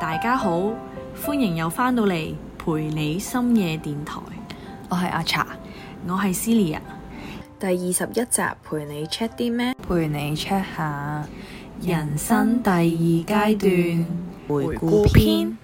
大家好，歡迎又翻到嚟陪你深夜電台，我係阿茶，我係 Celia。第二十一集陪你 check 啲咩？陪你 check 下人生第二階段回顧篇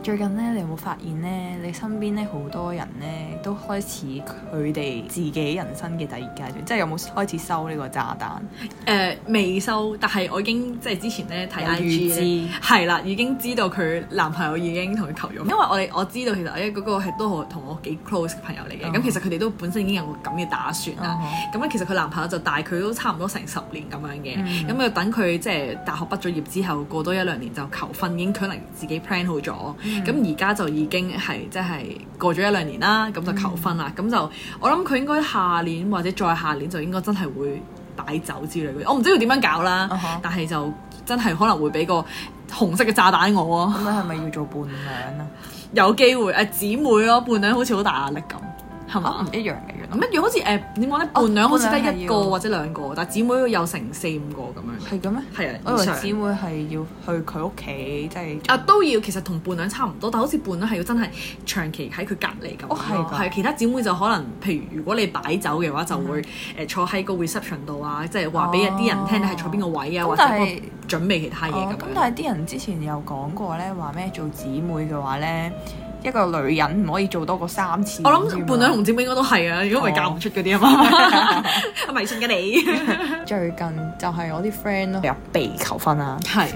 最近咧，你有冇發現咧？你身邊咧好多人咧都開始佢哋自己人生嘅第二階段，即係有冇開始收呢個炸 彈？誒呃未收，但係我已經即係之前咧睇有 I 預 G 咧，知哦係啦，已經知道佢男朋友已經同佢求咗婚，因為我哋我知道其實誒嗰個係都好同我幾 close 嘅朋友嚟嘅，咁、哦其實佢哋都本身已經有個咁嘅打算啦。咁啊咧其實佢男朋友就大佢都差唔多成十年咁樣嘅，嗯咁佢、等佢即係大學畢咗業之後，過多一兩年就求婚，已經可能自己 plan 好咗。嗯咁而家就已經係即係過咗一兩年啦，嗯咁就求婚啦。咁、就我諗佢應該下年或者再下年就應該真係會擺酒之類嘅，我唔知佢點樣搞啦啊哈但係就真係可能會俾個紅色嘅炸彈我啊，咁你係咪要做伴娘啊？有機會誒姊妹咯，伴娘好似好大壓力咁，係嘛？啊，唔一樣嘅原來唔。一樣，好似誒點講咧？伴娘好似得一伴個娘係要或者兩個，但係姊妹有成四五個咁樣。係嘅咩？係啊我以為以上姊妹係要去佢屋企，即係啊都要，其實同伴娘差唔多，但好似伴娘係要真係長期喺佢隔離咁樣咯。哦係㗎其他姊妹就可能，譬如如果你擺酒嘅話，就會嗯誒坐喺個 reception 度啊，即係話俾一啲人聽你係坐邊個位啊，哦咁或者但個係準備其他嘢哦咁咁樣。但係啲人之前有講過咧，話咩做姊妹嘅話咧，一個女人唔可以做多過三次。啊我知諗嘛伴娘同姊妹應該都係啊，如果唔係嫁唔出嗰啲啊 哦嘛，迷信嘅 你。最近就係我啲 friend 咯，有被求婚啊。係，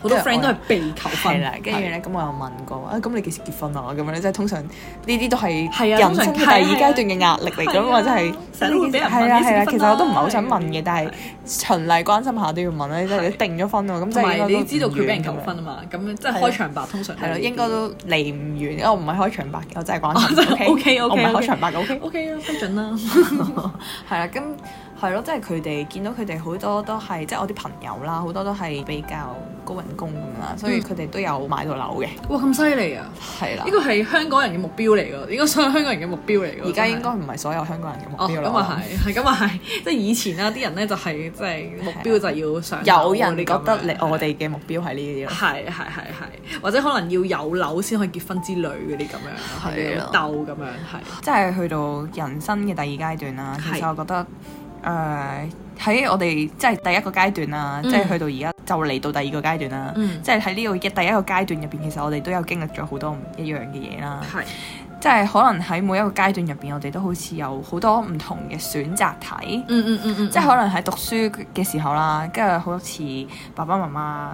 好多 friend 都係被求婚係啦，跟住咧，咁我又問過啊，咁你幾時結婚啊？咁樣咧，即係通常呢啲都係係啊人生嘅通第常二係階段嘅壓力嚟係啊咁，或者係成日都會俾人問係啊幾時係結婚啊啊，其實我都唔係好想問嘅係，但係循例關心下都要問啦，即係你定咗婚喎，咁即同係埋應該都你知道佢俾人唔遠求咁樣婚啊嘛，咁樣即係開場白通常係咯，應該都離唔遠，因為我唔係開場白嘅，我真係關哦心。真 係 OK，OK，我唔係 OK 開場白嘅，OK。 O K 啦，批准 啦。係啦，咁係咯，即係佢哋見到佢哋好多都係，即係我啲朋友啦，好多都係比較高人工咁啦，所以佢哋都有買到樓嘅。哇，咁犀利啊！嗯係啦 呢，個係香港人嘅目標嚟㗎，應該所有香港人嘅目標嚟㗎。而家應真該係唔係所有香港人嘅目哦，標啦。咁啊係，係咁啊係， 即係以前啦，啲人咧就係即係目標就係要上樓啊有嗰人啲覺咁得樣你我哋嘅目標係呢啲咯。 係係係係，或者可能要有樓先可以結婚之類嗰啲咁樣，係係要啊鬥咁樣係。即係去到人生嘅第二階段啦，其係實我覺得誒喺、我哋即係第一個階段啦，嗯即係去到而家就嚟到第二個階段啦。嗯即係喺呢個嘅第一個階段入邊，其實我哋都有經歷咗好多唔一樣嘅嘢啦。嗯係即係可能喺每一個階段入邊，我哋都好似有好多唔同嘅選擇題。嗯嗯嗯嗯，即係可能喺讀書嘅時候啦，跟住好似爸爸媽媽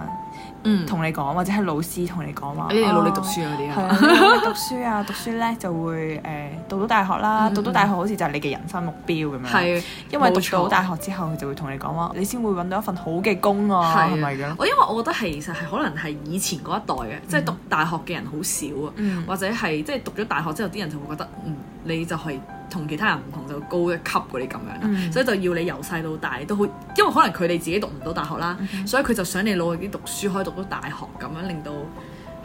嗯哎同你講，或者係老師同你講話，你哋努力讀啊書嗰啲係啊，啊，你努力讀書啊，讀書咧就會誒、呃讀到大學啦，嗯讀到大學好似就係你嘅人生目標咁樣。係啊因為冇讀錯到大學之後，佢就會同你講話，你先會揾到一份好嘅工啊，係嗯係咪啊咁？我因為我覺得係其實係可能係以前嗰一代嘅，即係讀大學嘅人好少啊，嗯或者係即係讀咗大學之後，啲人就會覺得嗯，你就係同其他人唔同，就高一級嗰啲咁樣啦，嗯所以就要你由細到大都好，因為可能佢哋自己讀唔到大學啦，嗯所以佢就想你努力啲讀書，可以讀到大學咁樣，令到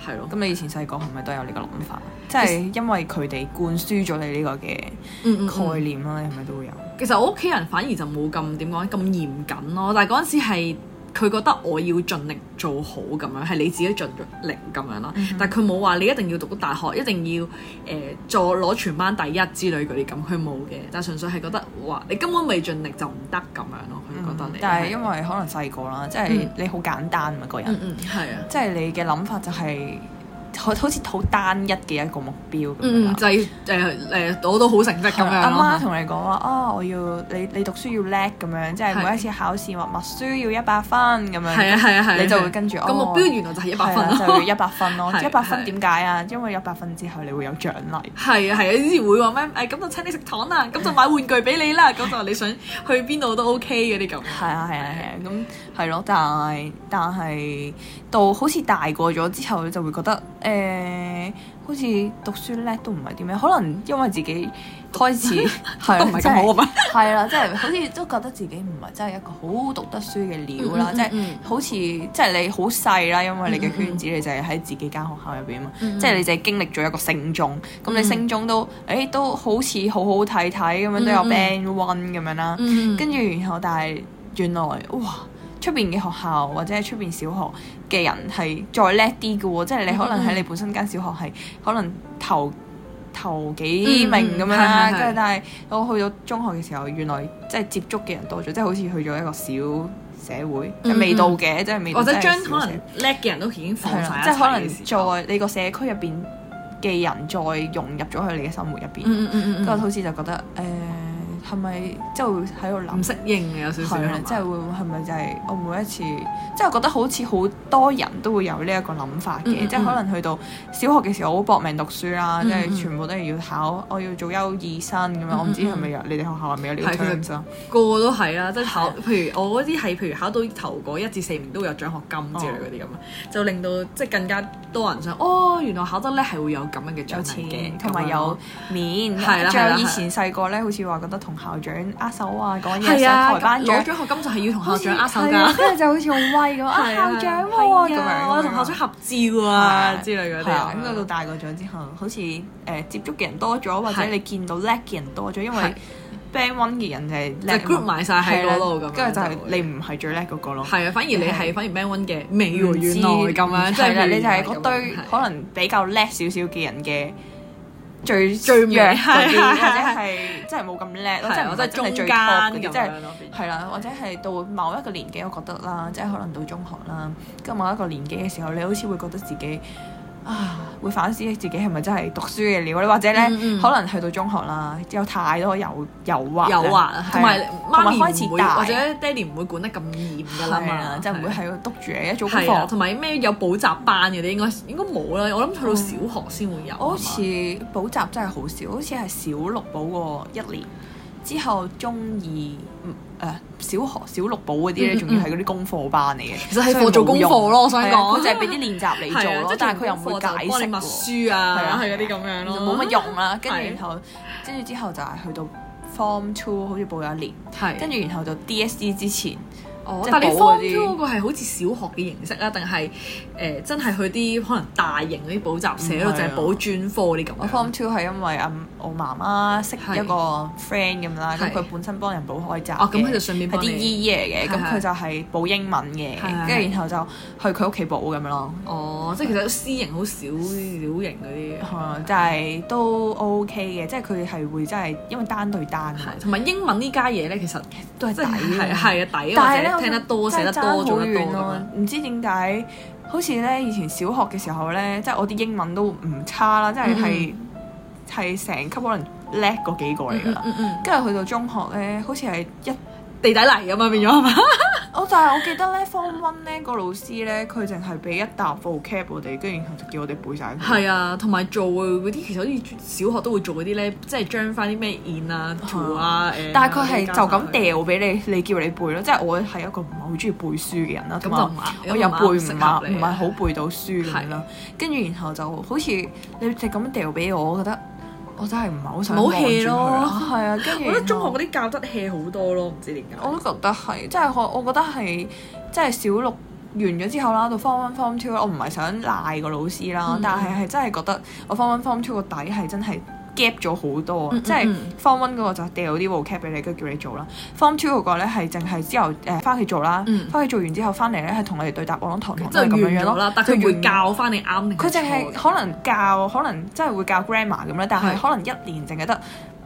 係咯，咁你以前細個係咪都有呢個諗法？即係因為佢哋灌輸咗你呢個嘅嗯嗯嗯概念啦，你係咪都會有？其實我屋企人反而就冇咁點講咁嚴謹咯，但係嗰陣時係佢覺得我要盡力做好咁樣，係你自己盡力咁樣啦。嗯但係佢冇話你一定要讀到大學，一定要誒、呃、做攞全班第一之類嗰啲咁，佢冇嘅。但係純粹係覺得哇，你根本未盡力就唔得咁樣咯。佢覺得嗯你係、嗯但係因為可能細個啦，即係嗯你好簡單嘛個人嗯，嗯係啊，即係你嘅諗法就係好好似好單一嘅一個目標咁樣嗯啦。就係誒誒攞到好成績咁樣咯。阿媽同你講話啊，我要你你讀書要叻咁樣，即係係每一次考試話默書要一百分咁樣。係啊係啊係啊，你就會跟住個目哦標原來就係一百分係啦就咯要。一百分 咯。係一百分係點解啊？因為一百分之後你會有獎勵。係啊係啊，以前會話咩？誒、咁就請你食糖啦，咁就買玩具俾你啦，咁就你想去邊度都 OK 嗰啲咁。係啊係啊係啊，咁係咯，但係但係到好似大個咗之後，你就會覺得誒、好似讀書叻都唔係點樣，可能因為自己 開始係都唔係咁好啊嘛，係啦，即係好似都覺得自己唔係真係一個好讀得書嘅料啦，嗯嗯即係嗯好似即係你好細啦，因為你嗯嘅嗯圈子你就係喺自己間學校入邊啊嘛，嗯嗯即係你就係經歷咗一個升中，咁你嗯升中都誒都好似好好睇睇咁樣，都有嗯嗯 band one 咁樣啦，嗯跟住然後但係原來哇出邊嘅學校或者係出邊小學嘅人係再叻啲嘅喎，即係你可嗯能喺你本身間小學係可能頭頭幾名咁樣啦，嗯嗯係係係跟住但係我去到中學嘅時候，原來即係接觸嘅人多咗，即係好似去咗一個小社會，嗯嗯未到嘅，即係未到或者真係將小可社能叻嘅人都已經放係啦晒，即係可一齊嘅時候能在你個社區入邊嘅人再融入咗去你嘅生活入邊，嗯嗯嗯嗯跟住嗯好似就覺得誒係咪即係會喺度諗唔。適應嘅有少少係啊啦，即係係嘛會係咪就係我每一次，即係我覺得好似好多人都會有呢一個諗法嗯嘅，嗯即係可能去到小學嘅時候，我好搏命讀書啦，嗯即係嗯全部都係要考，我要做優異生咁樣。嗯我唔知嗯係咪有你哋學校係咪有呢個係其實 terms 啊？個個都係啦，即係考，譬如我嗰啲係譬如考到頭嗰一至四名都會有獎學金之類嗰啲咁哦啊，就令到即係更加多人想，哦，原來考得叻係會有咁樣嘅獎有勵嘅，錢同埋有面，係啦仲係啦有以前細個咧，好似話覺得同校長握手啊，講嘢係上啊，台班攞長，獎學金就係要同好校似長握手係啊㗎。跟住就好似好威咁 係啊，啊校長喎咁係啊樣，我同校長合照啊之類嗰啲係啊，咁咁到樣。大個咗之後，好似誒、呃接觸嘅人多咗，或者係你見到叻嘅人多咗，因為係 band one 嘅人就係就叻啊嘛 group 埋晒喺嗰度係咁啦樣跟住就係就會你唔係最叻嗰個咯。係啊，反而你係係反而 band one 嘅未唔喎，知原來咁樣，即係啦，係你就係係嗰堆可能比較叻少少嘅人嘅。最最弱尾嗰係啲，係或者係係即係冇咁叻咯，即係係啊唔我真係真係係中最間 top 嗰咁啲，即係樣咯。變咗係啦，或者係到某一個年紀，我覺得啦，即係可能到中學啦，跟住某一個年紀嘅時候，你好似會覺得自己啊，會反思自己係咪真係讀書嘅料咧，或者咧，嗯嗯可能去到中學啦，有太多誘誘惑啦，有係啊，同埋媽咪同埋開始唔會大或者爹哋唔會管得咁嚴㗎啦係嘛啊啦，，即係唔會喺度督住你一做功係啊，課。同埋咩有補習班嘅，你應該應該冇啦。我諗去到小學先會有啊嘛。嗯我好似補習真係好少，好似係小六補過一年，之後中二嗯誒、小學小六補嗰啲咧，嗯嗯仲要係嗰啲功課班嚟嘅，其實係所以冇課做功課咯，我想用。係啊講佢就係俾啲練習你係做啊咯，但係佢又唔會做功課解就幫你釋默喎，書啊，係嗰係啲咁樣就咯，冇乜用 啦。跟住係然後，跟住之後就係去到 Form Two，好似補咗一年，係跟住然後就 DSE 之前，哦即，係但係你補嗰 form 啲 two 嗰個係好似小學嘅形式啊，定係誒真係去啲可能大型嗰啲補習社唔咯，係啊就係補專科嗰啲咁我樣。 Form Two 係因為啊我媽媽識係一個 friend 咁啦，咁係佢本身幫人補開閘哦，咁佢嘅就順便係幫啲你。姨爺嘅，咁係係佢就係補英文係，嘅係跟住然後就去佢屋企補咁樣咯。哦，即係其實私營好少小型嗰啲。係啊就係都 OK 嘅，即係佢係會真係因為單對單啊嘛係，同埋英文呢家嘢咧，其實都係即抵㗎係嘛係啊抵但係咧，啊，或我者聽得多、真寫係得爭多、好做得多遠咁咯樣。。唔知點解，好似咧以前小學嘅時候咧，即係我啲英文都唔差啦，即嗯係係係成級可能叻嗰幾個嚟㗎啦。嗯嗯，跟住去到中學咧，好似係一地底嚟咁嘛，啊變咗係嘛？我哦但係我記得咧，Form One 咧個老師咧，佢淨係俾一沓 vocab 我哋，跟住然後就叫我哋背晒佢。係啊，同埋做嗰啲其實好似小學都會做嗰啲咧，即係將翻啲咩 in 啊、to 啊、誒，哦但係佢係就嗰啲咁加上去掉俾你，你叫你背咯。即係我係一個唔係好中意背書嘅人啦，咁就同唔埋啱，我又背唔適嘛，合唔你啊係好背到書咁樣啦。跟住然後就好似你哋咁掉俾我，我覺得我真係唔係好唔想好望住 hea 佢咯啊。係啊，跟住 我覺得中學嗰啲啲教得 hea 好多咯，唔知點解。我都覺得係，即係我我覺得係即係小六。完咗之後啦，到 form one form two 啦，我唔係想賴個老師啦，嗯但係係真係覺得我 form one form two 個底係真係 gap 咗好多，啊嗯嗯即係嗯 form one 嗰個就掉啲 vocab 俾你，跟住叫你做啦。form two 嗰個咧係淨係之後誒翻去做啦嗯，翻去做完之後翻嚟咧係同我哋對答案，堂堂即都係係完咁樣樣咗咯啦，。但佢就完會。教翻你啱定佢淨係錯嘅係可能教，可能真係會教 grammar 咁啦，但係係可能一年淨係得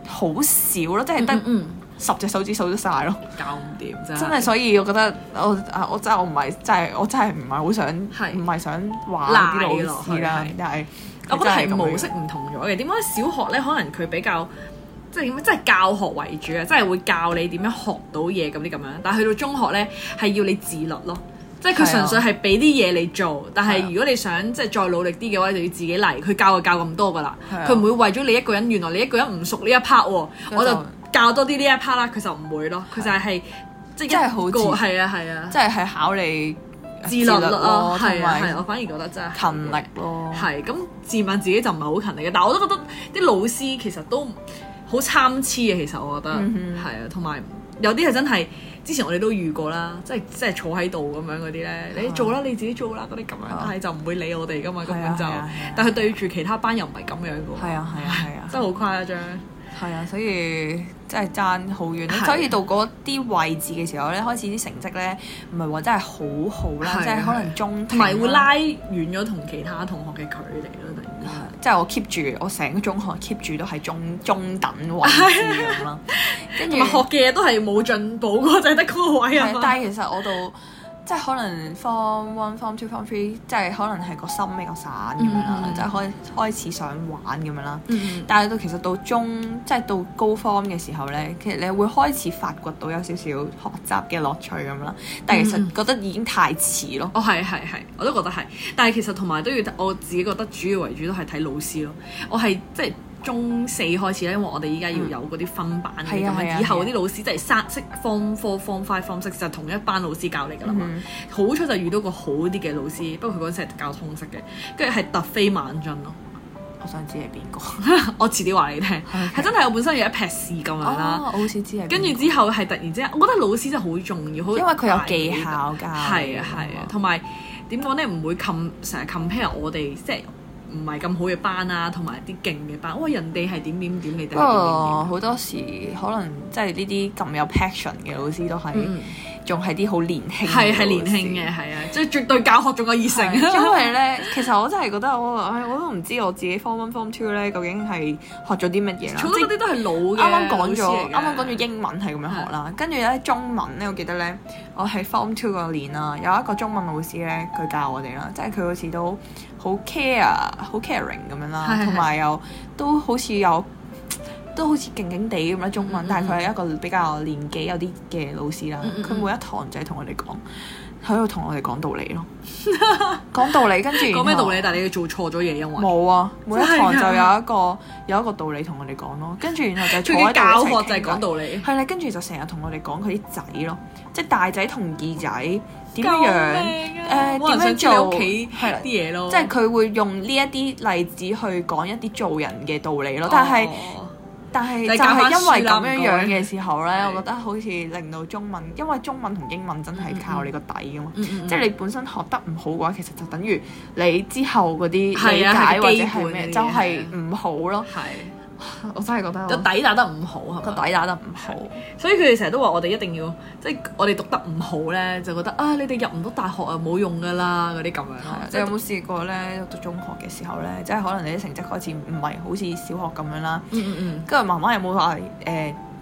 好少咯，即係嗯得嗯嗯十隻手指數得晒咯。教唔掂真真係，所以我覺得我啊，我真係我唔係，真係我真係唔係好想，係唔係想話啲老師啦賴落去係，但係我覺得係真咁樣模式唔同咗嘅。點解小學咧，可能佢比較即係點樣，即係教學為主啊，即係會教你點樣學到嘢咁啲咁樣。但係去到中學咧，係要你自律咯。即係係啊佢純粹係俾啲嘢你做，但係啊係如果你想即係再努力啲嘅話，你就要自己嚟。佢教就教咁多噶啦係啊，佢唔會為咗你一個人，原來你一個人唔熟呢一 part 喎，佢我就就教多啲呢一 part 啦。佢就唔會咯，佢就係即係真係一好個自係啊係啊，即係係考你自律咯，係啊同係埋啊，我反而覺得真係勤力咯。係咁自問自己就唔係好勤力嘅，但係我都覺得啲老師其實都好參差嘅，其實我覺得嗯哼係啊，同埋有啲係真係之前我哋都遇過啦，即係即係坐喺度咁樣嗰啲咧，你做啦你自己做啦嗰啲咁樣，但係就唔會理我哋噶嘛，根啊係啊本就係啊係啊，但係對住其他班又唔係咁樣係噶，啊係啊係啊， 真係好誇張，係啊，所以真係爭好遠係所以到嗰啲位置嘅時候咧，開始啲成績咧，唔係話真係好好啦，係即係可能中啊同埋挺會啦拉遠咗同其他同學嘅距離咯，突然間即係啊我 keep 住，我成個中學 keep 住都係中中等位置 咁啦。跟住同埋學嘅嘢都係冇進步過，就係得嗰個位啊係，嘛但，係其實我到即係可能 form one、form two、form three，即係可能係個心比較散咁樣嗯嗯啦，嗯即係開開始想玩咁樣啦。嗯但係到其實到中即係到高 form 嘅時候咧，其實你會開始發掘到有少少學習嘅樂趣咁啦。但係其嗯實覺得已經太遲咯。哦，係係係，我都覺得係，但係其實同埋都要我自己覺得主要為主都係睇老師咯。我係即係中四開始咧，因為我哋依家要有嗰啲分班嘅係咁啊係樣，啊以後嗰啲老師即係三識 form four、form five、form six 就係同一班老師教你㗎啦嘛。嗯好彩就遇到個好啲嘅老師，不過佢嗰陣時係教通識嘅，跟住係突飛猛進咯。 我想知係邊個？我遲啲話你聽，係真係我本身有一撇屎咁樣啦。哦，我好似知係邊個。跟住之後係突然之間，我覺得老師真係好重要，好因為佢有大嘅技巧㗎，係啊係啊，同埋點講咧？唔會 com 成日 compare 我哋即係唔係咁好嘅班啊，同埋啲勁嘅班。哇！人哋係點點點，你哋係點點啊啊不過點。好多時可能即係呢啲咁有 passion 嘅老師都係嗯，仲係啲好年輕嘅係係老師年輕嘅，係啊，即係絕對教學仲有熱 係誠。啊因為咧，其實我真係覺得我，唉，我都唔知我自己 form one form two 咧，究竟係學咗啲乜嘢啦。好多嗰啲都係老嘅嗯啱啱老講師嚟咗，嘅啱啱講咗英文係咁樣學啦，跟住咧中文咧，我記得咧，我喺 form two 嗰年啦，有一個中文老師咧，佢教我哋啦，即係佢好似都好 care，好 caring 咁係樣係啦，係同埋又都好似有。都好似勁勁地咁啦，中文，嗯嗯但係佢係一個比較年紀有啲嘅老師啦嗯嗯。佢嗯每一堂就係同我哋講，喺度同我哋講道理 咯，講道理，跟住然後講咩道理？但係你要做錯咗嘢，因為冇啊！每一堂真就係㗎有一個有一個道理同我哋講咯，跟住然後就坐佢喺嘅教度學一齊就係講傾偈道理。係啦，跟住就成日同我哋講佢啲仔咯，即係大仔同二仔點救樣命啊誒冇人想點樣知你做屋企係啦啲嘢咯，即係佢會用呢一啲例子去講一啲做人嘅道理咯。但係、哦但係就係就教翻係因為書啦咁樣唔該樣嘅時候咧，係我覺得好似令到中文，因為中文同英文真係靠你個底噶嘛。嗯嗯嗯即係你本身學得唔好嘅話，其實就等於你之後嗰啲理係啊解係或個者基係本咩，嘅嘢啊就係唔好咯。係我真係覺得個我底打得唔好係個嘛？底打得唔好。所以佢哋成日都話我哋一定要，即係我哋讀得唔好咧，就覺得啊，你哋入唔到大學啊，冇用噶啦，嗰啲咁樣係啊咯。你有冇試過咧？讀中學嘅時候咧，即係可能你啲成績開始唔係好似小學咁樣啦，嗯嗯跟住媽媽有冇話誒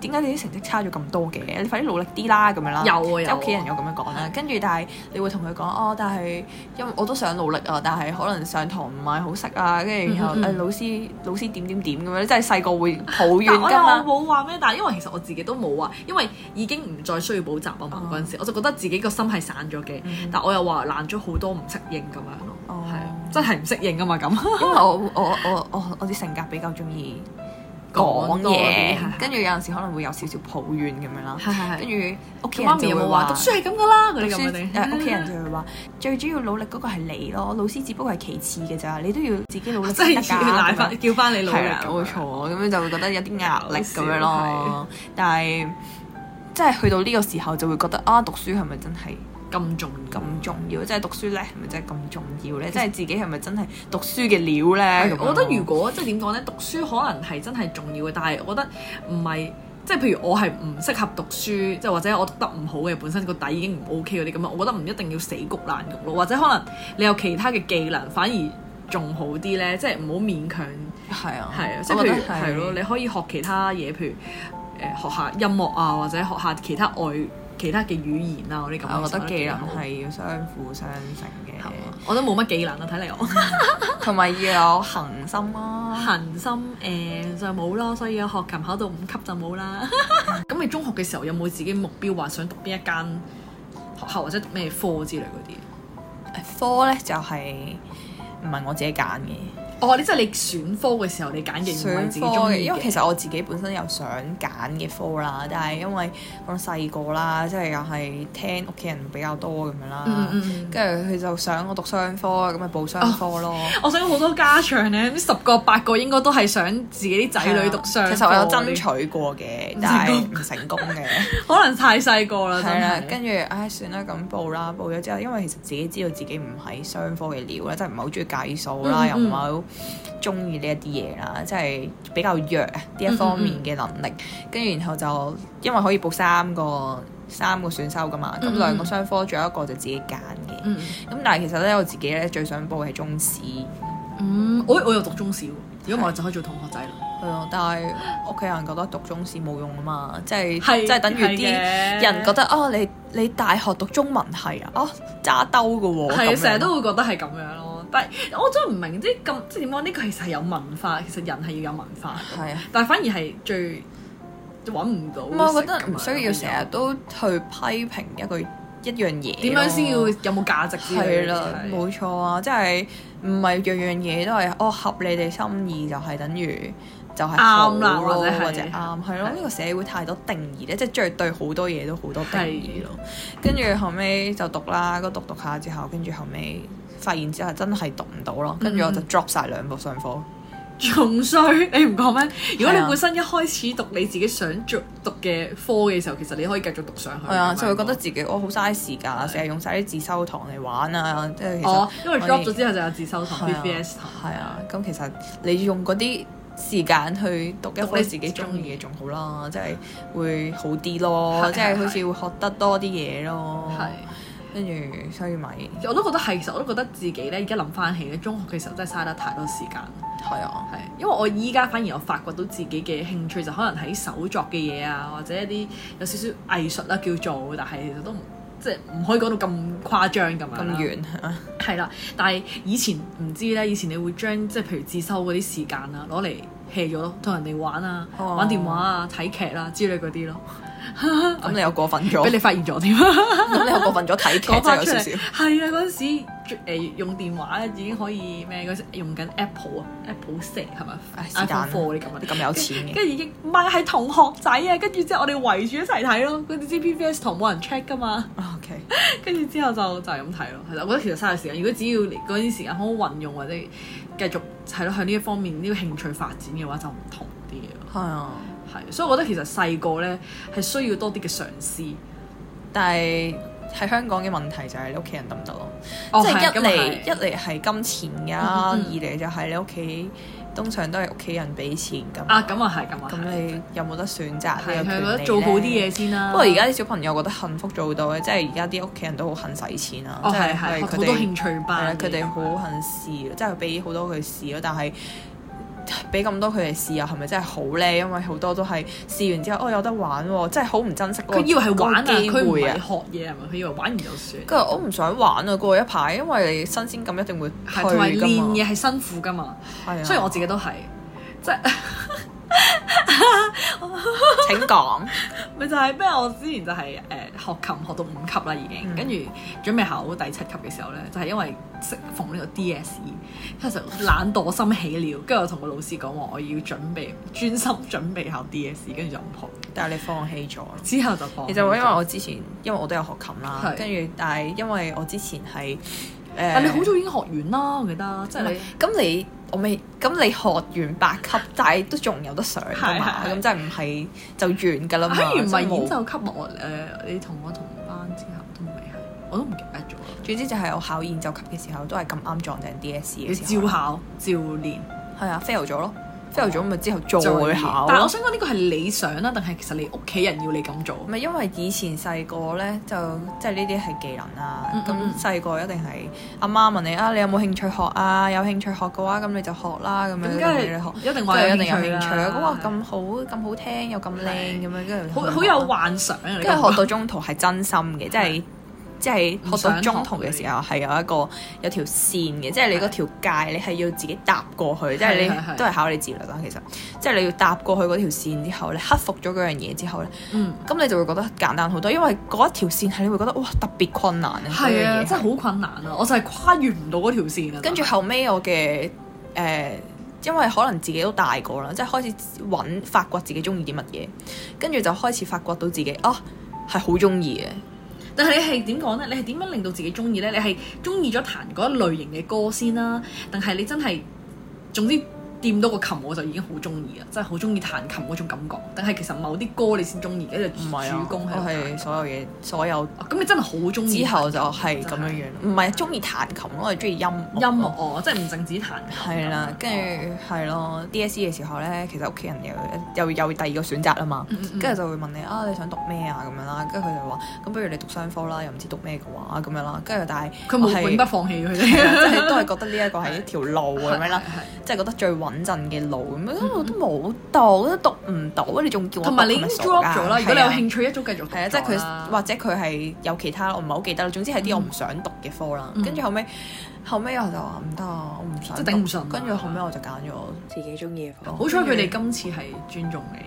點解你啲成績差咗咁多嘅？你快啲努力啲啦咁樣啦。有啊有嗯即啊係屋企人有咁樣講啦。跟住但係你會同佢講哦，但係因為我都想努力啊，但係可能上堂唔係好識啊，跟住然後誒、嗯嗯嗯老師老師點點點咁樣，即係細個會抱嗯，怨但我㗎嘛。又冇話咩，但係因為其實我自己都冇話，因為已經唔再需要補習啊嘛哦嗯嗰陣時，我就覺得自己個心係散咗嘅，但我又話懶咗好多唔適應咁樣咯，哦係啊真係唔適應啊嘛咁。因為我我我我我啲性格比較中意講講多嘢啲係係，跟住有陣時可能會有少少抱怨咁樣啦。係係 跟係。住屋企佢媽人咪就有會冇話話讀書係咁噶啦？嗰讀啲咁書嘅你誒屋企人就會話最主要努力嗰個係你咯，老師只不過係其次嘅咋，你都要自己努 力真先係得要㗎。賴咁翻，樣叫翻你努力係啦，咁樣。冇錯，咁樣就會覺得有啲壓力咁樣好咯。但係即係去到呢個時候就會覺得啊，讀書係咪真係咁重要。咁重要？即係讀書咧係咪真係咁重要咧？即係自己係咪真係讀書嘅料咧？咁樣我覺得咯如果即係點講咧，讀書可能係真係重要嘅，但係我覺得唔係。即係譬如我係唔適合讀書，即係或者我讀得唔好嘅，本身個底已經唔 OK 嗰啲咁啊，我覺得唔一定要死谷爛谷咯，或者可能你有其他嘅技能反而仲好啲咧，即係唔好勉強係啊，係啊，即係我覺譬得如係咯，你可以學其他嘢，譬如誒、呃、學下音樂啊，或者學下其他外其他嘅語言啊嗰啲咁樣，我覺其實得技能都幾係要相輔相成嘅好，係，嘛我都冇乜技能啊，睇嚟我。同埋要有恒心啦。恒心誒就冇咯，所以學琴考到五級就冇啦。 咁你中學嘅時候有冇自己目標話想讀邊一間學校或者讀咩科之類嗰啲？科咧就係唔係我自己揀嘅，哦，你即係你選科嘅時候，你揀嘅唔係選自己科中嘅，意因為其嘅。實我自己本身有想揀嘅科啦，但係因為我細個啦，即係又係聽屋企人比較多咁樣啦嗯嗯嗯，哦跟住佢就想我讀商科，咁咪報商科咯。我想好多家長咧，十個八個應該都係想自己啲仔女讀商科。啊其實我有爭取過嘅，但係唔成功嘅。可能太細個啦，真係啦，係。啊跟住唉算啦，咁報啦，報咗之後，因為其實自己知道自己唔係商科嘅料啦，即係唔係好中意計數啦，嗯嗯又唔係好中意呢一啲嘢啦，即係比較弱啊呢嗯一方面嘅能力。跟住然後就因為可以報三個三個選修噶嘛，咁嗯嗯兩個商科，仲有一個就自己揀嘅。嗯咁但係其實咧，我自己咧最想報嘅係中史，嗯，我我又讀中史喎，如果唔係我就可以做同學仔啦。係啊，但係屋企人覺得讀中史冇用啊嘛，即係係即係等於係啲嘅人覺得哦，你你大學讀中文系啊，哦揸兜嘅喎，係咁啊，樣成日都會覺得係咁樣咯。但係我真係唔明即係咁即係點講？呢個其實係有文化，其實人係要有文化，係啊。但係反而係最揾唔到食唔咁樣。係我覺得唔需要成日都去批評一個一樣嘢咯，點樣先要有冇價值之類嘅嘢係啦，冇錯啊，即係唔係樣樣嘢都係哦合你哋心意就係等於就係好啱啦咯或者係或者啱係咯，係呢個社會太多定義咧，即係最對好多嘢都好多定義咯。跟住後尾就讀啦，嗰讀讀下之後，跟住後尾發現之後真係讀唔到咯，跟住我就 drop 晒兩部上課。仲衰，你唔講咩？如果係你啊本身一開始讀你自己想做讀嘅科嘅時候，其實你可以繼續讀上去。係啊，咁樣就會覺得自己我好嘥時間啊，成日用晒啲自修堂嚟玩啊，即係其實哦，因為我哋 drop 咗之後就有自修堂係啊 BBS 堂。係啊，咁其實你用嗰啲時間去讀一讀科你自己中意鍾嘅意仲好啦，即係會好啲咯，係啊即係係好似會學得多啲嘢咯。係，啊跟住所以咪我都覺得係，其實我都覺得自己咧，而家諗翻起咧，中學嘅時候真係嘥得太多時間。係啊，係，因為我依家反而我發掘到自己嘅興趣就可能喺手作嘅嘢啊，或者一啲有少少藝術啦叫做，但係其實都唔即係唔可以講到咁誇張咁樣啦咁遠 係啦，但係以前唔知咧，以前你會將即係譬如自修嗰啲時間啊，攞嚟 hea 咗咯，同人哋玩啊，哦玩電話啊，睇劇啦之類嗰啲咯，咁你又過分咗 俾，你發現 咗添。咁你又過分咗睇劇哦真係有少少 嚟，。係啊，嗰陣時誒用電話已經可以咩嗰陣用緊 Apple 啊，Apple 四係咪唉是但啦？iPhone Four 啲咁啊你。咁有錢 嘅，跟住已經唔係係同學仔啊，跟住之後我哋圍住一齊睇咯。嗰啲 GPVS 堂冇人 check 噶嘛，啊 OK，跟住之後就就係咁睇咯。係啦，我覺得其實嘥咗時間。如果只要你嗰啲時間好好運用，或者繼續係咯向呢一方面呢個興趣發展嘅話，就唔同啲嘅咯。係啊，係，所以我覺得其實細個咧係需要多啲嘅嘗試。但係。喺香港嘅問題就係你屋企人得唔得咯，哦即係係一咁嚟係一嚟係金錢㗎，嗯二嗯嗯嚟就係你屋企通常都係屋企人俾錢㗎嘛。啊，咁啊係，咁啊咁你有冇得選擇係呢個權利係咧覺得做好啲嘢。先啦。不過而家啲小朋友覺得幸福做到嘅，即係而家啲屋企人都好肯使錢啊，哦即係係係學佢好多興哋趣係啦班，佢哋好肯試，即係俾好多佢試咯。但係俾咁多佢哋試又係咪真係好咧？因為好多都係試完之後，哦有得玩喎，真係好唔珍惜嗰個佢以為係玩啊，嗰個機佢唔會係啊。學嘢係咪？佢以為玩完就算。跟住我唔想玩啊，過一排，因為你新鮮感一定會係退同埋練㗎嘢嘛。係辛苦噶嘛，係啊，雖然我自己都係，即係請講，咪就係咩？我之前就係、誒、學琴學到五級啦已經，嗯跟住、準備考第七級嘅時候咧，就係、因為識逢呢個 DSE，跟住就懶惰心起了，跟住我同個老師講話我要準備專心準備考 DSE，跟住就唔學， 但係你放棄咗。之後就放棄咗。其實我因為我之前，因為我都有學琴啦，係跟住但係因為我之前係誒，但你好早已經學完啦，我記得，即係你咁你我未咁你學完八級，但係都仲有得上㗎嘛，係係係咁真係唔係就完㗎啦嘛，啊原來真係冇演奏級我誒、你同我同班之後都未係，我都唔記得咗啦。總之就係我考演奏級嘅時候，都係咁啱撞正 DSE 你嘅時照候，考照練係啊 fail 咗咯，fail 咗咪之後再考但係我咯。想講呢個係理想啦，定係其實你屋企人要你咁做？唔係因為以前細個咧，就即係呢啲係技能啦嗯。咁嗯嗯細個一定係阿媽問你啊，你有冇興趣學啊？有興趣學嘅話，咁你就學啦。嗯咁樣咁就梗俾你學係。一定話跟住一定有興興趣啦啊！咁哇，咁好咁好聽又咁靚咁樣，跟住好去好學有幻想啊！你跟咁住學到中途係真心嘅，即係即係學到中途嘅時候係有一個有條線嘅，即係你嗰條界你係要自己踏過去，即係係係係你都係考你自律啦。其實即係你要踏過去嗰條線之後，你克服咗嗰樣嘢之後咧，嗯咁你就會覺得簡單好多，因為嗰一條線係你會覺得哇特別困難啊嗰係樣啊，嘢真係好困難啊！我就係跨越唔到嗰條線啊！跟住但係後尾我嘅誒、誒。因為可能自己都大個啦，即係開始揾發掘自己中意啲乜嘢，跟住就開始發掘到自己啊係好中意嘅，但係你係點講咧？你係點樣令到自己中意咧？你係中意咗彈嗰一類型嘅歌先啦、定係你真係總之掂到個琴我就已經好中意啦，啊真係好中意彈琴嗰種感覺。定係其實某啲歌你先中意，跟住唔係主啊，攻喺我度彈係所有嘢所有哦咁你真係好中意之後就係咁樣樣，唔係中意彈琴咯，我係中意音音樂樂哦，即係唔淨止彈琴係啦，跟哦住係咯，DSE 嘅時候咧，其實屋企人又又有第二個選擇啊嗯嘛，跟住就會問你啊，你想讀咩啊咁樣啦，跟住佢就話咁不如你讀商科啦，又唔知讀咩嘅話咁樣啦，跟住但 係佢冇我係永不放棄佢係啊哋。啦即係都係覺得呢一個係一條路咁樣啦，即係覺得最穩陣嘅路咁樣，咁我都冇讀，都讀唔到，你仲叫我 嗯同埋你已經讀係咪傻 drop 咗啦，如果你有係啊興趣，一早繼續讀係啊，即係咗啦佢或者佢係有其他，我唔係好記得啦。總之係啲我唔想讀嘅科啦。嗯跟住後尾後尾我就話唔得啊，我唔想讀。即係頂唔順啊跟住後尾我就揀咗自己中意嘅歌。好彩佢哋今次係尊重你。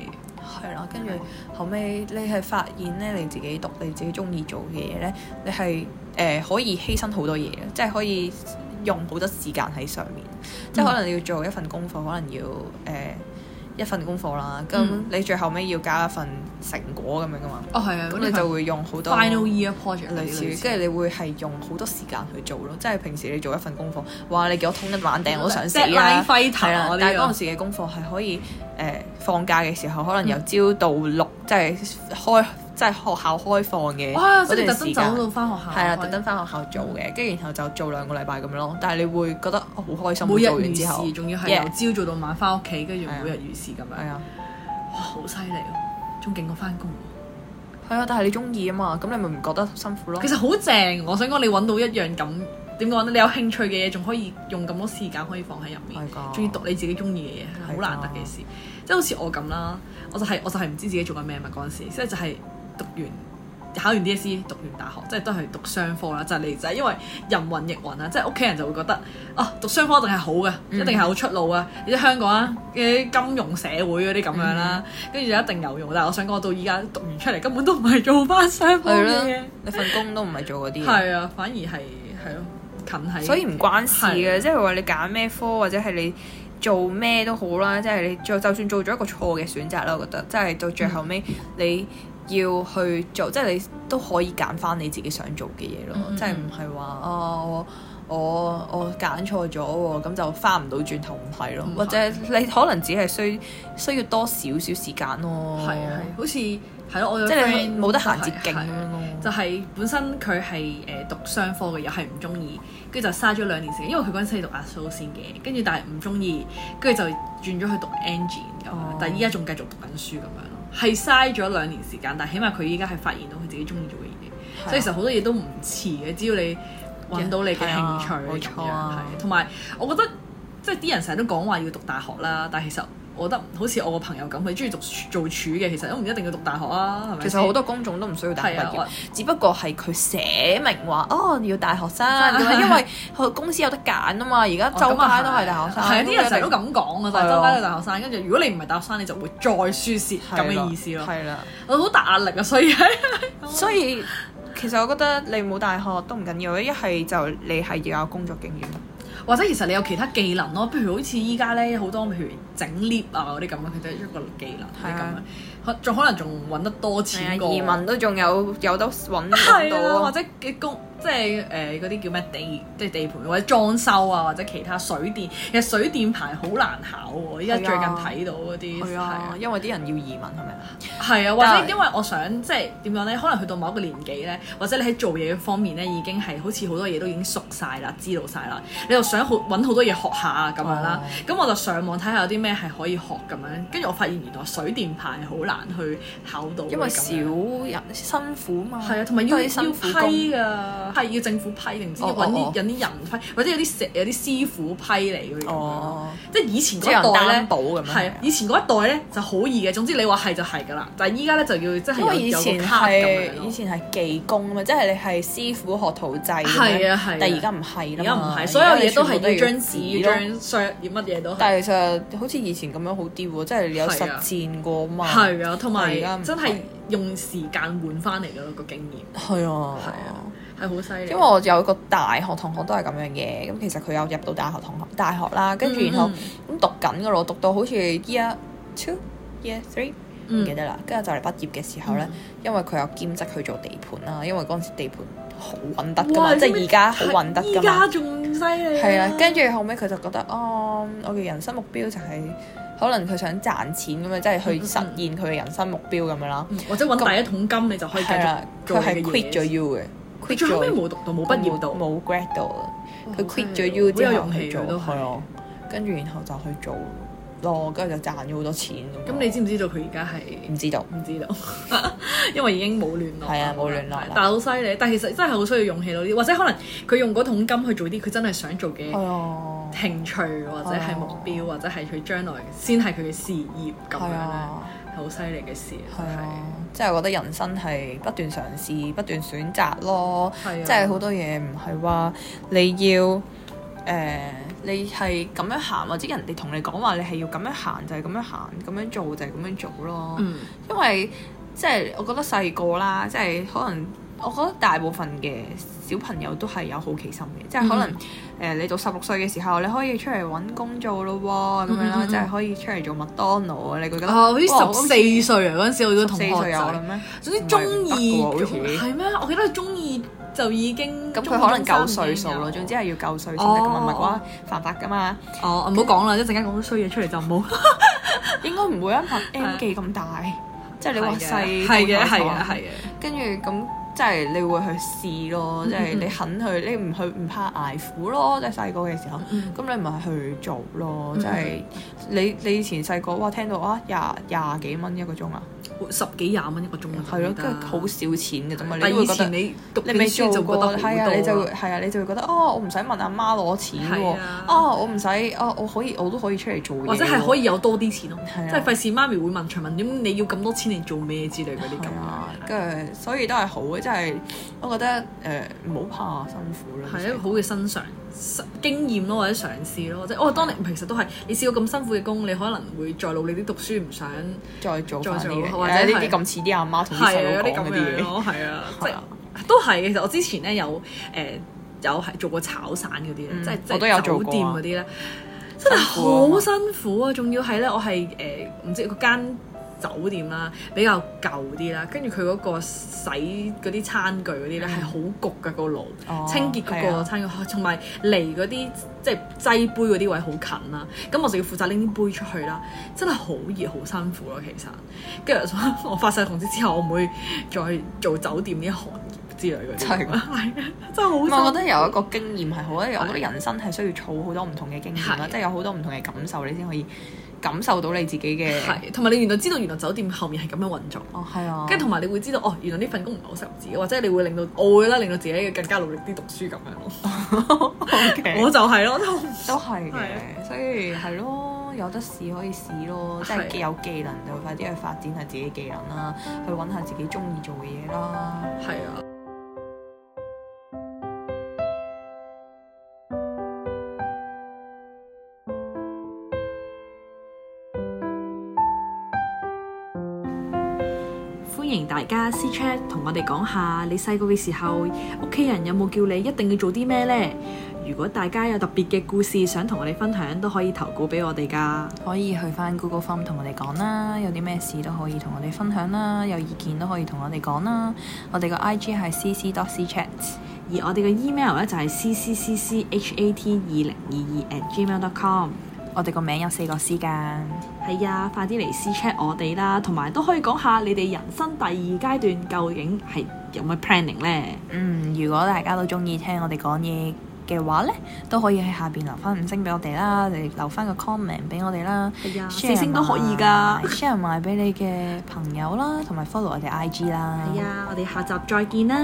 係啦。跟住後尾你係發現咧，你自己讀你自己中意做嘅嘢咧，你係誒、呃可以犧牲好多嘢嘅，即係可以用好多時間喺上面。嗯即係可能你要做一份功課，可能要誒。呃一份功課啦，咁嗯你最後尾要加一份成果咁樣噶嘛，哦，係啊，咁你就會用好多 final year project 類似，跟住你會係用好多時間去做咯，即係平時你做一份功課，哇！你叫我通一晚頂，我都想死啊啦 Deadline，fighter 係啦我，啊呢但係個嗰陣時嘅功課係可以誒、呃放假嘅時候，可能嗯由朝到六，即係開即係學校開放嘅哇！嗰即係你段特登時走間。到翻學校，係啊啦，特登翻學校做嘅，跟住然後就做兩個禮拜咁樣咯。但係你會覺得哦好開心，每日做如完之後是，，仲要係 Yeah 由朝做到晚翻屋企，跟住係啊每日如是咁樣係，啊，哇！好犀利喎，仲勁過翻工喎。係啊，但係你中意啊嘛，咁你咪唔覺得辛苦咯其？實好正，我想講你揾到一樣咁點講咧，你有興趣嘅嘢，仲可以用咁多時間可以放喺入面係，㗎仲要讀你自己中意嘅嘢，係好㗎難得嘅事。即係好似我咁啦，我就係、我就係唔知自己做緊咩嘛嗰陣時，即係就係讀完。考完 DSE 讀完大學，即係都係讀商科啦，就係、你就係因為人雲亦雲啦，即係屋企人就會覺得啊，讀商科一定係好嘅，嗯一定係好出路啊！你知香港啊嘅金融社會嗰啲咁樣啦，嗯跟住就一定有用。但係我想講，我到依家讀完出嚟根本都唔係做翻商科係嘅咯嘢。，你份工都唔係做嗰啲嘢。係啊，反而係係咯，近喺。所以唔關事係啊嘅，即係話你揀咩科或者係你做咩都好啦，即係你做就算做咗一個錯嘅選擇啦，我覺得即係到最後尾嗯你要去做，即係你都可以揀翻你自己想做嘅嘢咯，嗯即係唔係話啊我。我我揀錯咗喎，咁就翻唔到轉頭唔係咯唔，係或者你可能只係需需要多少少時間咯，係係，好似係咯，我有即係你 friend 冇得行捷徑係咁係樣咯，就係本身佢係誒讀商科嘅，又係唔中意，跟住就嘥咗兩年時間，因為佢嗰陣時係讀阿蘇先嘅，跟住但係唔中意，跟住就轉咗去讀 engine 咁樣，哦但係依家仲繼續讀緊書咁樣咯，係嘥咗兩年時間，但係起碼佢依家係發現到佢自己中意做嘅嘢，係啊所以其實好多嘢都唔遲嘅，只要你揾到你嘅興趣係啊冇咁錯樣，啊係同埋我覺得即係啲人成日都講話要讀大學啦，但係其實。我覺得好似我個朋友咁，佢中意讀做廚嘅，其實都唔一定要讀大學啊，係咪其實先好多工種都唔需要大學係畢啊業我，只不過係佢寫明話哦要大學生咁 樣，因為佢公司有得揀啊嘛。而 家周街都係大學生，係啊！啲人成日咁都一定咁講啊，就係係周啊街都係大學生，跟住如果你唔係大學生，你就會再輸蝕咁嘅意思咯。係啦，我好大壓力啊，所以係所以其實我覺得你冇大學都唔緊要，一係就你係要有工作經驗。或者其實你有其他技能咯，譬如好似依家咧好多譬如整 lift 啊嗰啲咁樣，佢都係一個技能係係咁樣啊，可仲可能仲揾得多錢過移民都仲有有得揾揾係到啊，啊或者嘅工即係誒嗰啲叫咩地即係地盤或者裝修啊，或者其他水電，其實水電牌好難考喎。依家最近係啊睇到嗰啲係啊，因為啲人要移民係咪啊？係啊，但或者因為我想即係點講咧，可能去到某一個年紀咧，或者你喺做嘢方面咧已經係好似好多嘢都已經熟晒啦，知道晒啦，你又想好揾好多嘢學下啊咁樣啦哦，咁、我就上網睇下有啲咩係可以學咁樣，跟住我發現原來水電牌好難去考到，因為咁樣少人辛苦嘛，係啊，同埋要都係要啲辛苦工批㗎，係要政府批定唔知哦揾哦啲哦揾啲人批，或者有啲社有啲師傅批你嗰啲咁樣咯哦，即係以前嗰即係一有人代咧擔，保咁樣係啊係啊以前嗰一代咧就好易嘅，總之你話係就係㗎啦。但係依家咧就要真係因有為以前有個 card 咁係樣咯以前係技工啊嘛，即係你係師傅學徒制咁樣係啊係啊但係而家唔係而啦家唔嘛，係所有嘢都係而家你要全張部紙、都要要紙咯。張相、要乜嘢都係。但係其實好似以前咁樣好啲喎，即係你係有啊實戰過啊嘛。係啊，同埋但係而家唔係真係用時間換翻嚟嘅咯個經驗。係啊，係啊係好犀利。因為我有個大學同學都係咁樣嘅，咁其實佢有入到大學同學大學啦，跟住然嗯後咁、讀緊噶咯，讀到好似 year two、year three 唔嗯記得啦，跟住就嚟畢業嘅時候咧，因為佢有兼職去做地盤啦，因為嗰陣時地盤好揾得噶嘛，哇即係而家好係揾得依噶嘛家，仲犀利。啊係啦，跟住後尾佢就覺得哦，我嘅人生目標就係、可能佢想賺錢咁樣，即係去實現佢嘅人生目標咁樣啦。嗯或者揾第一桶金，你就可以繼係啦續，佢做你係嘅嘢。quit 咗 U 嘅佢，quit 最後尾咗冇讀到，冇畢業到。冇冇 grad 到啊。佢 quit 咗真係 U 之好有後勇去氣做，啊都係係。啊，跟住然後就去做咯，跟住就賺咗好多錢咁樣。咁你知唔知道佢而家係？唔知道？唔知道， 因為已經冇聯絡啦。係啊冇聯絡啦但係好犀利，但係其實真係好需要勇氣咯。或者可能佢用嗰桶金去做啲佢真係想做嘅係啊，興趣，或哦者係目標，或者係佢將來先係佢嘅事業咁樣係咧，啊，係好犀利嘅事。係啊，即係我覺得人生係不斷嘗試、不斷選擇咯，係啊即係好多嘢唔係話你要誒。你係咁樣行，或者人哋同你講話，你係要咁樣行就係咁樣行，咁樣做就係咁樣做咯。嗯因為即係我覺得細個啦，即係可能我覺得大部分嘅小朋友都係有好奇心嘅，即係可能誒、嗯呃你到十六歲嘅時候，你可以出嚟揾工做咯喎，咁樣啦，嗯嗯嗯即係可以出嚟做麥當勞啊，你覺得？哦，好似哇十四歲啊，嗰陣時我個同14學歲有啦仔，咩？總之中意唔係唔得㗎喎好似係咩？我記得佢中意就已經咁中佢二可能中夠三歲已經數有咯，總之係要夠歲先得㗎嘛，唔係嘅啊話犯法㗎嘛。哦，唔好講啦，一陣間講啲衰嘢出嚟就冇。應該唔會啊，拍 M 係記咁大，即係你話係嘅，細都係會有嘅，所係嘅。跟住咁即係你會去試咯，即係嗯嗯你肯去，你唔去唔怕捱苦咯。即係細個嘅時候，嗯咁你咪去做咯。嗯即係你你以前細個哇，聽到啊廿廿幾蚊一個鐘啊，十幾廿蚊一個鐘啊，係咯，跟住好少錢嘅啫嘛，你但都會以覺前得。你讀你緊未書就做覺過，得好係啊，你就多會啊。係啊，你就會覺得哦，我唔使問阿媽攞錢喎係啊，哦，我唔使，哦，我可以，我都可以出嚟做嘢喎，或者係可以有多啲錢咯，係啊即係費事媽咪會問長文點你要咁多錢嚟做咩之類嗰啲咁係啊，樣。跟住所以都係好嘅，即係我覺得誒唔好怕辛苦啦。係一個啊好嘅新嘗實經驗咯，或者嘗試咯，即係哦，當你其實都係你試過咁辛苦嘅工，你可能會再努力啲讀書，唔想再做翻啲再做嘢，或或者者呢啲係咁似啲阿媽同啲細係啊佬有啲講咁嗰樣啲嘢。 咯，係啊，即係係啊都係嘅。其實我之前咧有誒有係做過炒散嗰啲咧，嗯即係即我都有係做酒過啊店嗰啲咧，真係好辛苦啊！仲要係咧，我係誒唔知嗰間酒店啦，比較舊啲啦，跟住佢嗰個洗嗰啲餐具嗰啲嗯咧係好焗㗎個爐，哦清潔嗰係個啊餐具，同埋離嗰啲即係擠杯嗰啲位好近啦。咁我就要負責拎啲杯出去啦，真係好熱好辛苦咯，其實。跟住所以我發晒同志之後，我唔會再做酒店呢一行業之類嗰啲。真係㗎係啊真係好辛唔苦。係我覺得有一個經驗係好，我覺得人生係需要儲好多唔同嘅經驗啦，係即係有好多唔同嘅感受，你先可以感受到你自己嘅。係，同埋你原來知道原來酒店後面係咁樣運作。哦，係啊。跟住同埋你會知道哦，原來呢份工唔係好適合自己，或者你會令到我會啦，令到自己更加努力啲讀書咁樣咯。 OK 我就係咯，我都唔都係係嘅，所以係咯，有得試可以試咯，即係係既有技能就快啲去發展下自己技能啦，去揾下自己中意做嘅嘢啦。係啊。歡迎大家私 chat 同我哋講下，你細個嘅時候，屋企人有冇叫你一定要做啲咩呢？如果大家有特別嘅故事想同我哋分享，都可以投稿俾我哋㗎。可以去翻 Google Form 同我哋講啦，有啲咩事都可以同我哋分享啦，有意見都可以同我哋講啦。我哋個 IG 係 cc dot cchat，而我哋嘅 email 咧就係 c c c c h a t e 二零二二 at gmail dot com。我哋個名有四個 C 㗎。係啊，快啲嚟 C check 我哋啦，同埋都可以講下你哋人生第二階段究竟係有咩 planning 呢？嗯，如果大家都中意聽我哋講嘢嘅話呢，都可以喺下邊留翻五星俾我哋啦，你留翻個 comment 俾我哋啦。係啊，四 share 星都可以埋㗎。 ，share 埋俾你嘅朋啊友啦，同埋 follow 我哋 IG 啦。係，啊，我哋下集再見啦，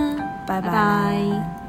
拜拜拜拜。